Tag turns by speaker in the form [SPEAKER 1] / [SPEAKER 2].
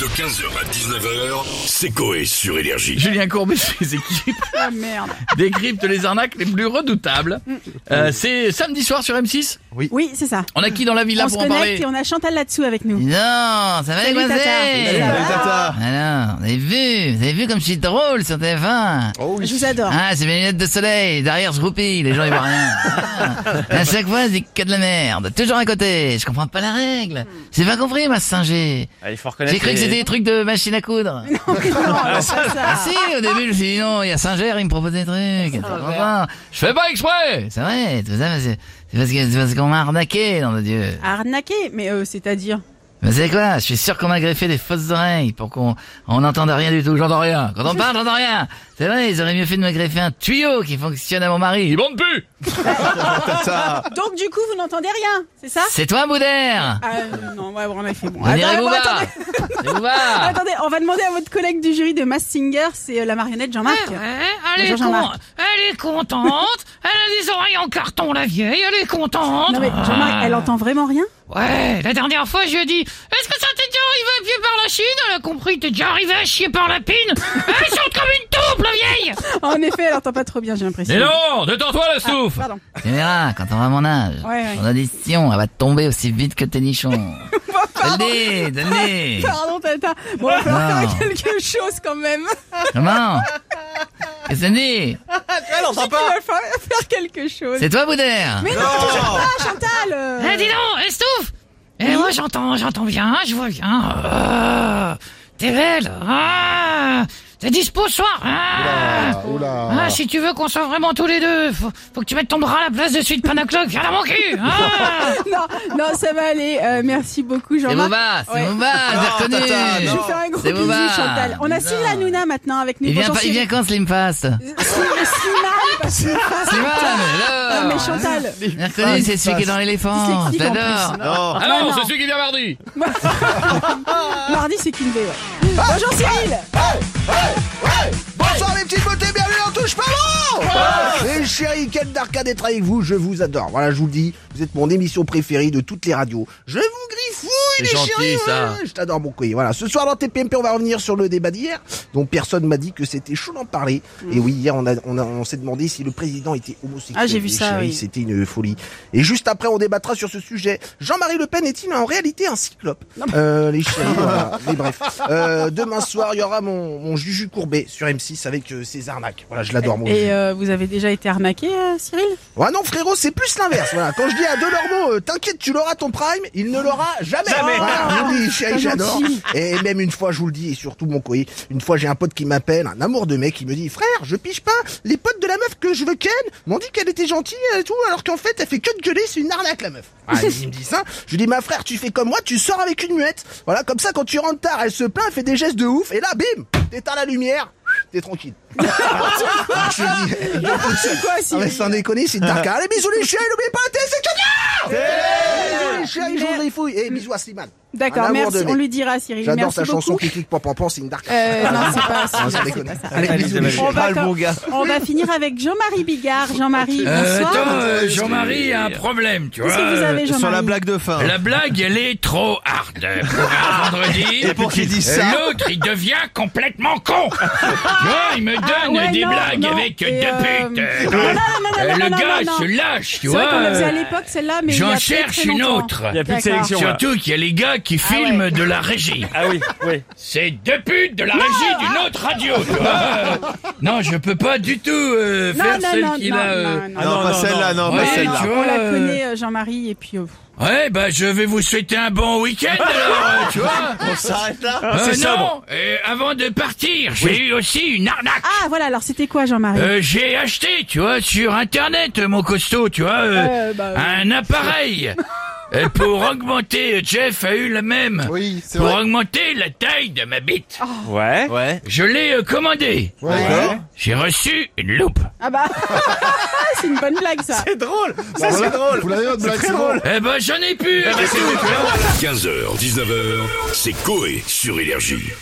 [SPEAKER 1] De 15h à 19h, c'est Coé sur Énergie.
[SPEAKER 2] Julien Courbet et ses équipes
[SPEAKER 3] Ah merde.
[SPEAKER 2] décryptent les arnaques les plus redoutables. Euh, c'est samedi soir sur M6.
[SPEAKER 3] Oui, c'est ça.
[SPEAKER 2] On a qui dans la villa
[SPEAKER 3] on se
[SPEAKER 2] pour en
[SPEAKER 3] connecte
[SPEAKER 2] parler
[SPEAKER 3] et on a Chantal là-dessous avec nous.
[SPEAKER 4] Non, ça va
[SPEAKER 3] Salut,
[SPEAKER 4] les
[SPEAKER 3] Tata. Salut,
[SPEAKER 4] voisins Alors, vous avez vu, vous avez vu comme je suis drôle sur TF1
[SPEAKER 3] Je vous adore.
[SPEAKER 4] Ah, c'est mes lunettes de soleil, derrière je roupille, les gens ils voient rien. Ah. À chaque fois, c'est que de la merde, toujours à côté, je comprends pas la règle. J'ai pas compris, ma singer.
[SPEAKER 5] Ah, il faut reconnaître.
[SPEAKER 4] J'ai cru que c'était
[SPEAKER 5] les-
[SPEAKER 4] des trucs de machine à coudre.
[SPEAKER 3] Non, pas
[SPEAKER 4] Ah
[SPEAKER 3] ça.
[SPEAKER 4] si, au début, je me suis dit non, il y a Singer, il me propose des trucs. T'as compris
[SPEAKER 2] Je fais pas exprès
[SPEAKER 4] C'est vrai, tout ça, c'est c'est parce que- c'est parce qu'on m'a arnaqué, nom de Dieu.
[SPEAKER 3] Arnaquer, mais euh, c'est-à-dire.
[SPEAKER 4] Mais c'est quoi Je suis sûr qu'on m'a greffé des fausses oreilles pour qu'on on n'entende rien du tout. J'entends rien. Quand on parle, j'entends rien. C'est vrai, ils auraient mieux fait de me greffer un tuyau qui fonctionne à mon mari.
[SPEAKER 2] Il monte plus
[SPEAKER 3] Donc du coup, vous n'entendez rien, c'est ça
[SPEAKER 4] C'est toi, Boudère
[SPEAKER 3] Ah euh, non, ouais, bon, on a fait bon.
[SPEAKER 4] On dirait
[SPEAKER 3] Attends,
[SPEAKER 4] Bouvard.
[SPEAKER 2] Ah.
[SPEAKER 3] attendez,
[SPEAKER 4] C'est Bouvard.
[SPEAKER 3] attendez, on va demander à votre collègue du jury de Mass Singer, c'est euh, la marionnette Jean-Marc.
[SPEAKER 6] Eh elle, est
[SPEAKER 3] Bonjour, Jean-Marc.
[SPEAKER 6] con- elle est contente, elle a des oreilles en carton la vieille, elle est contente. Ah.
[SPEAKER 3] Non mais Jean-Marc, elle entend vraiment rien
[SPEAKER 6] Ouais, la dernière fois je lui ai dit, est-ce que ça t'est déjà arrivé à pied par la Chine Elle a compris, t'es déjà arrivé à chier par la pine. elle chante comme une taupe la vieille
[SPEAKER 3] En effet, elle entend pas trop bien, j'ai l'impression.
[SPEAKER 2] Mais non Détends-toi la souffle
[SPEAKER 3] Pardon.
[SPEAKER 4] Tu verras, quand on aura mon âge,
[SPEAKER 3] Ouais, ouais.
[SPEAKER 4] ton audition, elle va tomber aussi vite que tes nichons. Donne-les, donne-les
[SPEAKER 3] Pardon, Tata. Bon, on va falloir
[SPEAKER 4] Non.
[SPEAKER 3] faire quelque chose quand même.
[SPEAKER 4] Comment Qu'est-ce que ça dit
[SPEAKER 3] Il va falloir faire quelque chose.
[SPEAKER 4] C'est toi, Boudère
[SPEAKER 3] Mais non, Chantal, Chantal euh,
[SPEAKER 6] Eh, dis donc, estouffe Eh, moi j'entends, j'entends bien, je vois bien. Euh, t'es belle ah, T'es dispo ce soir ah. Ah, si tu veux qu'on soit vraiment tous les deux, faut, faut que tu mettes ton bras à la place de celui de Panacloc, viens dans mon cul ah.
[SPEAKER 3] Non, non, ça va aller. Euh, merci beaucoup,
[SPEAKER 4] C'est
[SPEAKER 3] Jean-Marc.
[SPEAKER 4] Boba, c'est
[SPEAKER 3] Ouais.
[SPEAKER 4] Boba, j'ai reconnu
[SPEAKER 3] Je vais faire un gros
[SPEAKER 4] C'est
[SPEAKER 3] bisou,
[SPEAKER 4] Boba.
[SPEAKER 3] Chantal. On a
[SPEAKER 4] Non.
[SPEAKER 3] Cyril Hanouna maintenant avec nous.
[SPEAKER 4] Il vient,
[SPEAKER 3] Bonjour,
[SPEAKER 4] pas, il vient
[SPEAKER 3] Cyril.
[SPEAKER 4] quand Slim Fast
[SPEAKER 3] Cyril- Slimane, parce que-
[SPEAKER 4] Slimane,
[SPEAKER 3] Non,
[SPEAKER 4] alors
[SPEAKER 3] mais Chantal.
[SPEAKER 4] Mercredi, c'est celui qui est dans l'éléphant.
[SPEAKER 3] Dyslexique, en plus.
[SPEAKER 4] Oh, J'adore.
[SPEAKER 2] Ah
[SPEAKER 3] Ah,
[SPEAKER 2] non,
[SPEAKER 3] non.
[SPEAKER 2] c'est celui qui vient mardi
[SPEAKER 3] Mardi, c'est Kinvé, ouais. Bonjour, Cyril.
[SPEAKER 7] Bonsoir les petites beautés, bienvenue en touche pas bon Et le chéri, quel d'arcade d'être avec vous, je vous adore. Voilà, je vous le dis, vous êtes mon émission préférée de toutes les radios. Je vous griffouille les
[SPEAKER 2] gentil,
[SPEAKER 7] chéris, ouais,
[SPEAKER 2] ça.
[SPEAKER 7] ouais, Je t'adore mon coyer. Voilà, ce soir dans TPMP, on va revenir sur le débat d'hier, dont personne m'a dit que c'était chaud d'en parler. Et oui, hier, on, a, on, a- on s'est demandé si le président était homosexuel.
[SPEAKER 3] Ah, j'ai vu
[SPEAKER 7] Les
[SPEAKER 3] ça,
[SPEAKER 7] chéris,
[SPEAKER 3] oui.
[SPEAKER 7] C'était une folie. Et juste après, on débattra sur ce sujet. Jean-Marie Le Pen est-il en réalité un cyclope euh, Les chéris, voilà. Mais bref. Euh, demain soir, il y aura mon, mon Juju Courbet sur M6 avec euh, ses arnaques. Voilà, je l'adore, mon Juju.
[SPEAKER 3] Et euh, vous avez déjà été arnaqué, euh, Cyril
[SPEAKER 7] Ah non, frérot, c'est plus l'inverse. Voilà. Quand je dis à Delormeau, euh, t'inquiète, tu l'auras ton prime, il ne l'aura jamais. Voilà, je vous le dis, chérie,
[SPEAKER 3] Pas
[SPEAKER 7] j'adore.
[SPEAKER 3] gentil.
[SPEAKER 7] Et même une fois, je vous le dis, et surtout mon coï, une fois, j'ai un pote qui m'appelle, un amour de mec, il me dit, frère, je pige pas, les potes de la meuf que je veux ken m'ont dit qu'elle était gentille et tout, alors qu'en fait, elle fait que de gueuler, c'est une arnaque, la meuf. Ah, il me dit ça. Je lui dis, ma frère, tu fais comme moi, tu sors avec une muette. Voilà, comme ça, quand tu rentres tard, elle se plaint, elle fait des gestes de ouf, et là, bim, t'éteins la lumière, t'es tranquille.
[SPEAKER 3] Ah, C'est
[SPEAKER 7] je lui dis,
[SPEAKER 3] quoi,
[SPEAKER 7] ah mais
[SPEAKER 3] Cyril
[SPEAKER 7] sans déconner, c'est dark. Allez, bisous les chiens, n'oubliez pas la télé, c'est Bisous les chiens, je vous fouilles. Et bisous à Slimane. Un
[SPEAKER 3] D'accord,
[SPEAKER 7] amour
[SPEAKER 3] merci.
[SPEAKER 7] de mec.
[SPEAKER 3] On lui dira, Cyril.
[SPEAKER 7] J'adore
[SPEAKER 3] Merci
[SPEAKER 7] sa chanson
[SPEAKER 3] beaucoup.
[SPEAKER 7] qui clique pan pan pan, c'est une dark.
[SPEAKER 3] Euh, non, c'est pas
[SPEAKER 7] Ah,
[SPEAKER 3] Cyril,
[SPEAKER 7] sans
[SPEAKER 3] c'est
[SPEAKER 7] déconner.
[SPEAKER 3] pas ça.
[SPEAKER 7] Allez, bisous les
[SPEAKER 3] On
[SPEAKER 7] chiens.
[SPEAKER 3] va, com- on va finir avec Jean-Marie Bigard. Jean-Marie,
[SPEAKER 2] Euh,
[SPEAKER 3] bonsoir.
[SPEAKER 2] Attends, euh, Jean-Marie a un problème, tu vois. Euh,
[SPEAKER 3] Qu'est-ce que vous avez, Jean-Marie
[SPEAKER 8] Sur la blague de fin.
[SPEAKER 2] La blague, elle est trop hard. Pour un vendredi, Euh,
[SPEAKER 8] Et pour qu'il dise ça.
[SPEAKER 2] l'autre, il devient complètement con. Tu vois, il me donne
[SPEAKER 3] Ah, ouais,
[SPEAKER 2] des
[SPEAKER 3] non,
[SPEAKER 2] blagues
[SPEAKER 3] non,
[SPEAKER 2] avec
[SPEAKER 3] et,
[SPEAKER 2] deux
[SPEAKER 3] euh,
[SPEAKER 2] putes. euh,
[SPEAKER 3] non, non, non, non,
[SPEAKER 2] Euh,
[SPEAKER 3] Ah, non,
[SPEAKER 2] le
[SPEAKER 3] non,
[SPEAKER 2] gars
[SPEAKER 3] non, non.
[SPEAKER 2] se lâche, tu
[SPEAKER 3] C'est vrai qu'on la faisait à
[SPEAKER 2] vois.
[SPEAKER 3] l'époque, celle-là, mais. il y a
[SPEAKER 2] J'en
[SPEAKER 3] très,
[SPEAKER 2] cherche
[SPEAKER 3] très
[SPEAKER 2] une
[SPEAKER 3] longtemps.
[SPEAKER 2] autre.
[SPEAKER 5] Il y a plus de
[SPEAKER 3] D'accord.
[SPEAKER 5] sélection. là.
[SPEAKER 2] Surtout qu'il y a les gars qui
[SPEAKER 3] ouais.
[SPEAKER 2] filment de la régie.
[SPEAKER 5] Ah oui, oui.
[SPEAKER 2] C'est deux putes de la régie d'une autre radio, tu vois. non, je peux pas du tout euh,
[SPEAKER 3] Non,
[SPEAKER 2] faire
[SPEAKER 3] non,
[SPEAKER 2] celle
[SPEAKER 3] non,
[SPEAKER 2] qu'il
[SPEAKER 3] non,
[SPEAKER 2] a. euh,
[SPEAKER 3] non, non.
[SPEAKER 8] Ah non,
[SPEAKER 5] non,
[SPEAKER 8] pas
[SPEAKER 5] non,
[SPEAKER 8] celle-là, non, pas
[SPEAKER 2] Ouais,
[SPEAKER 8] celle-là.
[SPEAKER 2] tu vois,
[SPEAKER 3] On la
[SPEAKER 2] euh,
[SPEAKER 3] connaît, euh, Jean-Marie, et puis. euh,
[SPEAKER 2] Ouais, bah je vais vous souhaiter un bon week-end, alors, euh, tu vois.
[SPEAKER 8] On s'arrête là
[SPEAKER 2] Euh,
[SPEAKER 5] c'est
[SPEAKER 2] non, euh, avant de partir, j'ai eu aussi une arnaque.
[SPEAKER 3] Ah, voilà, alors c'était quoi, Jean-Marie
[SPEAKER 2] Euh, j'ai acheté, tu vois, sur internet, euh, mon costaud, tu vois, euh,
[SPEAKER 3] Ouais, bah, oui.
[SPEAKER 2] un appareil. Euh, pour augmenter, euh, Jeff a eu la même.
[SPEAKER 8] Oui, c'est
[SPEAKER 2] pour
[SPEAKER 8] vrai.
[SPEAKER 2] augmenter la taille de ma bite.
[SPEAKER 3] Ah.
[SPEAKER 5] Ouais.
[SPEAKER 8] Ouais.
[SPEAKER 2] Je l'ai euh, commandé.
[SPEAKER 8] D'accord.
[SPEAKER 2] J'ai reçu une loupe.
[SPEAKER 3] Ah, bah.
[SPEAKER 2] Euh.
[SPEAKER 3] c'est une bonne blague, ça.
[SPEAKER 5] C'est drôle. Ça, c'est drôle.
[SPEAKER 8] Vous l'avez votre blague, c'est drôle.
[SPEAKER 2] Eh ben,
[SPEAKER 8] Ah,
[SPEAKER 2] j'en ai plus.
[SPEAKER 1] 15h, 19h, c'est Coé sur Énergie.